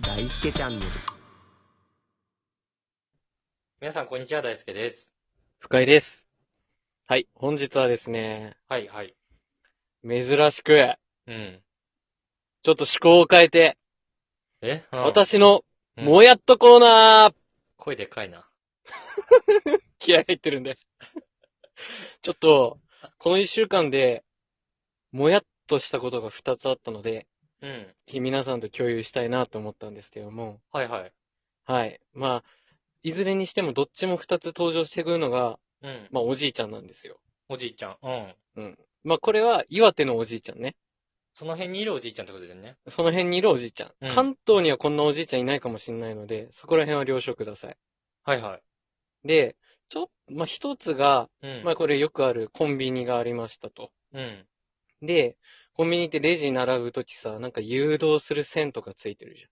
大輔チャンネル。皆さん、こんにちは。大輔です。深井です。はい、本日はですね、はい、はい。珍しく、うん。ちょっと趣向を変えて、え、うん、私の、うんもやっとコーナー、声でかいな。気合入ってるんで。 ちょっと、この一週間で、もやっとしたことが二つあったので、うん。ぜひ皆さんと共有したいなと思ったんですけども、はい、はい。はい。まあ、いずれにしてもどっちも二つ登場してくるのが、うん。まあ、おじいちゃんなんですよ。おじいちゃん。うん。うん。まあ、これは岩手のおじいちゃんね。その辺にいるおじいちゃんってことだよね。その辺にいるおじいちゃん。うん関東にはこんなおじいちゃんいないかもしれないので、そこら辺は了承ください。はい、はい。で、ちょ、まあ、一つが、うん。まあ、これよくあるコンビニがありましたと。うん。で、コンビニってレジ並ぶときさ、なんか誘導する線とかついてるじ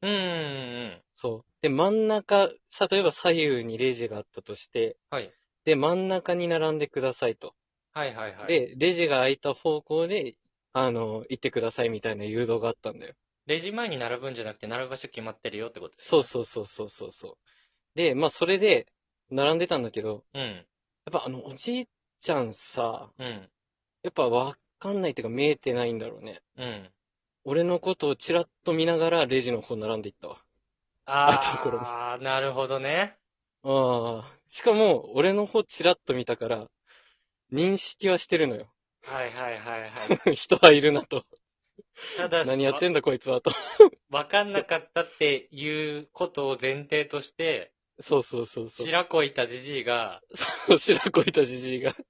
ゃん。うん、うん。そう。で、真ん中、さ、例えば左右にレジがあったとして、はい。で、真ん中に並んでくださいと。はい、はい、はい。、で、レジが空いた方向で、あの、行ってくださいみたいな誘導があったんだよ。レジ前に並ぶんじゃなくて、並ぶ場所決まってるよってことです。そうそうそうそうそうそう。で、まあ、それで、並んでたんだけど、うん。やっぱあの、おじいちゃんさ、うん。やっぱわかんないっていうか見えてないんだろうね。うん。俺のことをちらっと見ながらレジの方並んでいったわ。あとこれあー、なるほどね。ああ。しかも、俺の方ちらっと見たから、認識はしてるのよ。 はい、はい、はい、はい。人はいるなと。た だ、何やってんだこいつはと。 わわかんなかったっていうことを前提として、そうそうそうそう。白こいたじじいが、そう、 白こいたじじいが。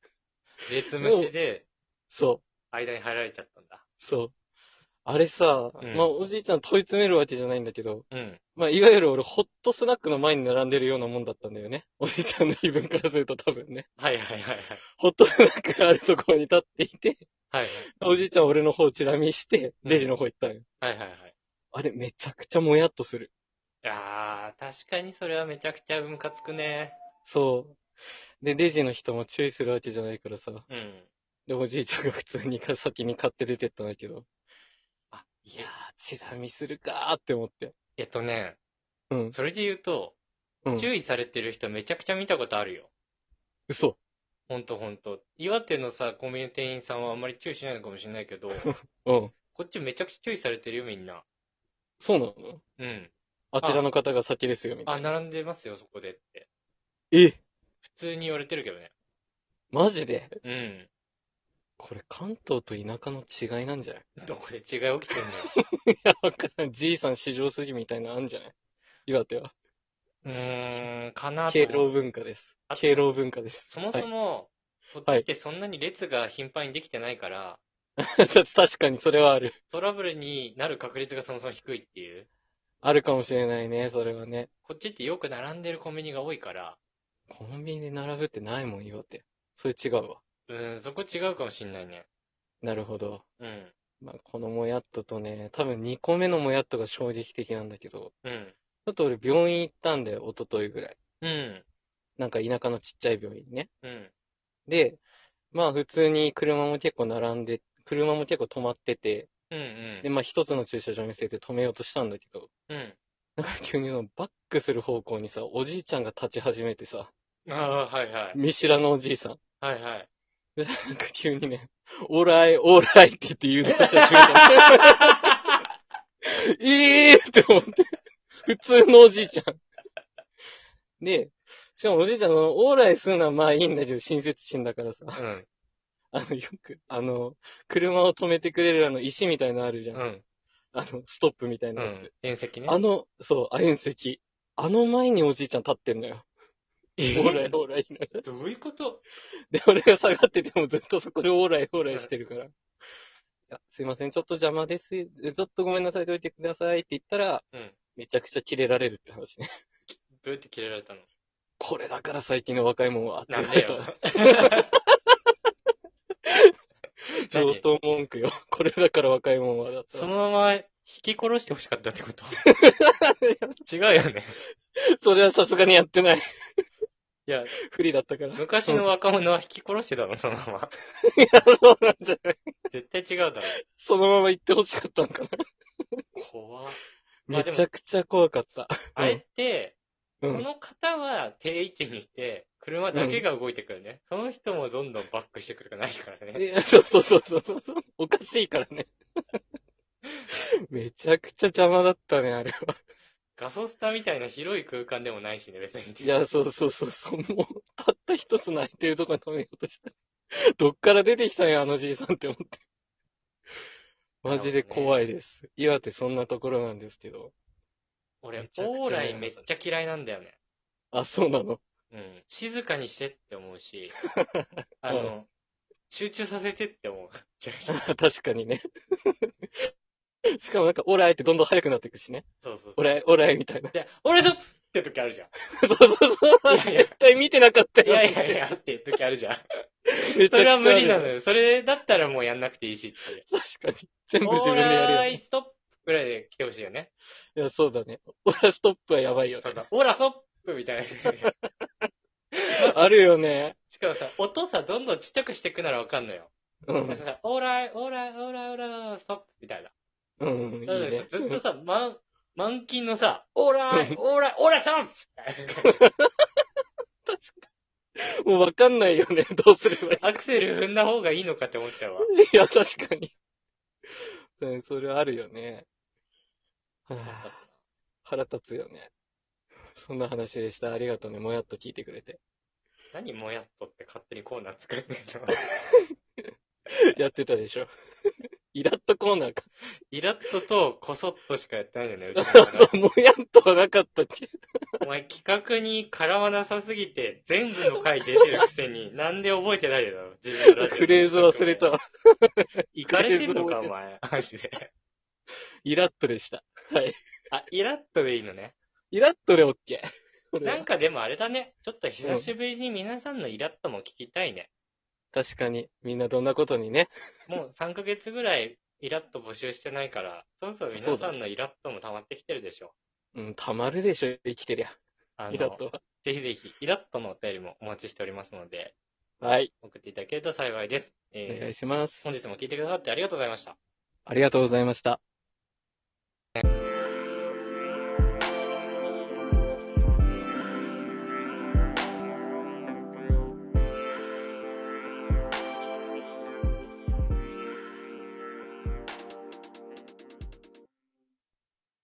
絶無視で、そう。間に入られちゃったんだ。そう。あれさ、うんまあ、おじいちゃん問い詰めるわけじゃないんだけど、うん。まあ、いわゆる俺、ホットスナックの前に並んでるようなもんだったんだよね。おじいちゃんの言い分からすると多分ね。はいはいはいはい。ホットスナックがあるところに立っていて、はいおじいちゃんは俺の方をチラ見して、うんレジの方行ったんよ。はい。はいはいはい。あれ、めちゃくちゃもやっとする。いやー、確かにそれはめちゃくちゃムカつくね。そう。で、レジの人も注意するわけじゃないからさ。うん。で、おじいちゃんが普通にか先に買って出てったんだけど。あ、いいやや、ー、チラ見するかーって思って。えっとね、うん。それで言うと、うん。注意されてる人めちゃくちゃ見たことあるよ。嘘。ほんとほんと。岩手のさ、コンビニの店員さんはあんまり注意しないのかもしれないけ ど、うん。こっちめちゃくちゃ注意されてるよ、みんな。そうなのうん。あちらの方が先ですよ、みたあ、いな。並んでますよ、そこでって。え、普通に言われてるけどね。マジでうん。これ関東と田舎の違いなんじゃない どこで違 い起きてんのよ。いや、わからん。じいさん市場すぎみたいなのあんじゃない岩手は。うーん、かなと敬思う。老文化ですあ。と敬老文化です。そもそも、こっちってそんなに列が頻繁にできてないから、はい 確かにそれはある。トラブルになる確率がそもそも低いっていう。あるかもしれないね、それはね。こっちってよく並んでるコンビニが多いから、コンビニで並ぶってないもん、岩手。それ違うわ。うーん、そこ違うかもしんないね。なるほど。うん、まあ、このもやっととね、多分2個目のもやっとが衝撃的なんだけど、うん、ちょっと俺病院行ったんだよ、一昨日ぐらい。うん、なんか田舎のちっちゃい病院ね。うん、で、まあ普通に車も結構並んで、車も結構止まってて、うん、で、まあ、一つの駐車場見せて止めようとしたんだけど、うん、うん。なんか 急にそのバックする方向にさ、おじいちゃんが立ち始めてさ、ああ、はいはい。見知らぬおじいさん。はい はい。でなんか急にね、オーライ、オーライって言って誘導し始 めた。ええーって思って。普通のおじいちゃん。で、しかもおじいちゃん、そのオーライするのはまあいいんだけど、親切心だからさ、うん、あの、よく、あの、車を止めてくれるあの石みたいなのあるじゃん。うん、あの、ストップみたいうなやつ。ん。遠赤ね。あの、そう、遠石。あの前におじいちゃん立ってんのよ。オえーライ、オーライ。どういうことで、俺が下がっててもずっとそこでオーライ、オーライしてるから。いやすいません、ちょっと邪魔です。ちょっとごめんなさい、どいてくださいって言ったら、うん。めちゃくちゃキレられるって話ね。 どうやって切れられたのこれだから最近の若いもんは。なん でよ。 上等文句よ。 これだから若いもんは。だったそのまま引き殺してほしかったってこと 違うよね。 それはさすがにや ってない。いや、 不利だったから。い昔の若者は引き殺してたの、そのまま。や、そうなんじゃない。絶対違うだろ。そのまま言ってほしかったんかな。怖っまあめでもちゃくちゃ怖かった。あれって、うそん。の方は定位置にいて、車だけが動いてくるね。その人もどんどんバックしてくるとかないからね。いやそうそうそうそうそう。おかしいからね。 めちゃくちゃ邪魔だったね、あれは。ガソスタみたいな広い空間でもないしね、別に。いや、そうそうそうそう。もう、たった一つ泣いてるとこ止めようとした。どっから出てきたんや、あのじいさんって思って。マジで怖いです。岩手そんなところなんですけど。め俺、ちゃくちゃ往来めっちゃ嫌いなんだよね。あ、そうなの。 うん。静かにしてって思う し、あうの、集中させてって 思う。そう確かにね。 しかもなんか、オライってどんどん速くなっていくしね。そうそう。オライ、オライみたいな。 で、俺だって時あるじゃん。そうそうそう。いやいや絶対見てなかったいよ。やいやいやって時あるじ ゃん。めちそゃくちれゃはあ無る。理なのよ。 それだったらもうやんなくていいしって。確かに。全部 自分でやるオーよラね。イストップぐらいで来てほしいよね。いや、そうだね。オラストップはやばいよねそう。だ。オーラソップみたい な。あるよね。しかもさ、音さ、どんどんちっちゃくしていくならわかんのよ。うん。さオーライ、オーライ、オーライ、オーライ、ストップみたいな。うん、いいだからさね。ずっとさ、満、満勤の さ、オーライ、オーライ、オーライ、ストップもうわかんないよね。 どうすればいアクセル踏んだ方がいいのかって思っちゃうわ。い。いや、確かに。うんそれはあるよね。はあ腹立つよね。そんな話でした。ありがとうね。もやっと聞いてくれて。何もやっとって勝手にコーナー作ってん のやってたでしょ。 イラッとコーナーか。 イラッととこそっとしかやってないよね、うちのコーそうナーそう、もやっとはなかったっけ。お前企画に絡まなさすぎて、全部の回出てるくせ に、なんで覚えてないだろ自分のラジオ。フレーズ忘れた。わ。行かれてんのか、フレーズお前。マジで。イラッとでした。はい。あ、イラッとでいいのね。イラッとでオッケー。これはなんかでもあれだね。ちょっと久しぶりに皆さんのイラッとも聞きたいね。確かに。みんなどんなことにね。もう3ヶ月ぐらいイラッと募集してないから、そろそろ皆さんのイラッとも溜まってきてるでしょ。うん、たまるでしょ、生きてりゃ。あの、イラッとは。ぜひぜひ、イラッとのお便りもお待ちしておりますので、はい。送っていただけると幸いです。お願えいー、します。本日も聞いてくださってありがとうございました。ありがとうございました。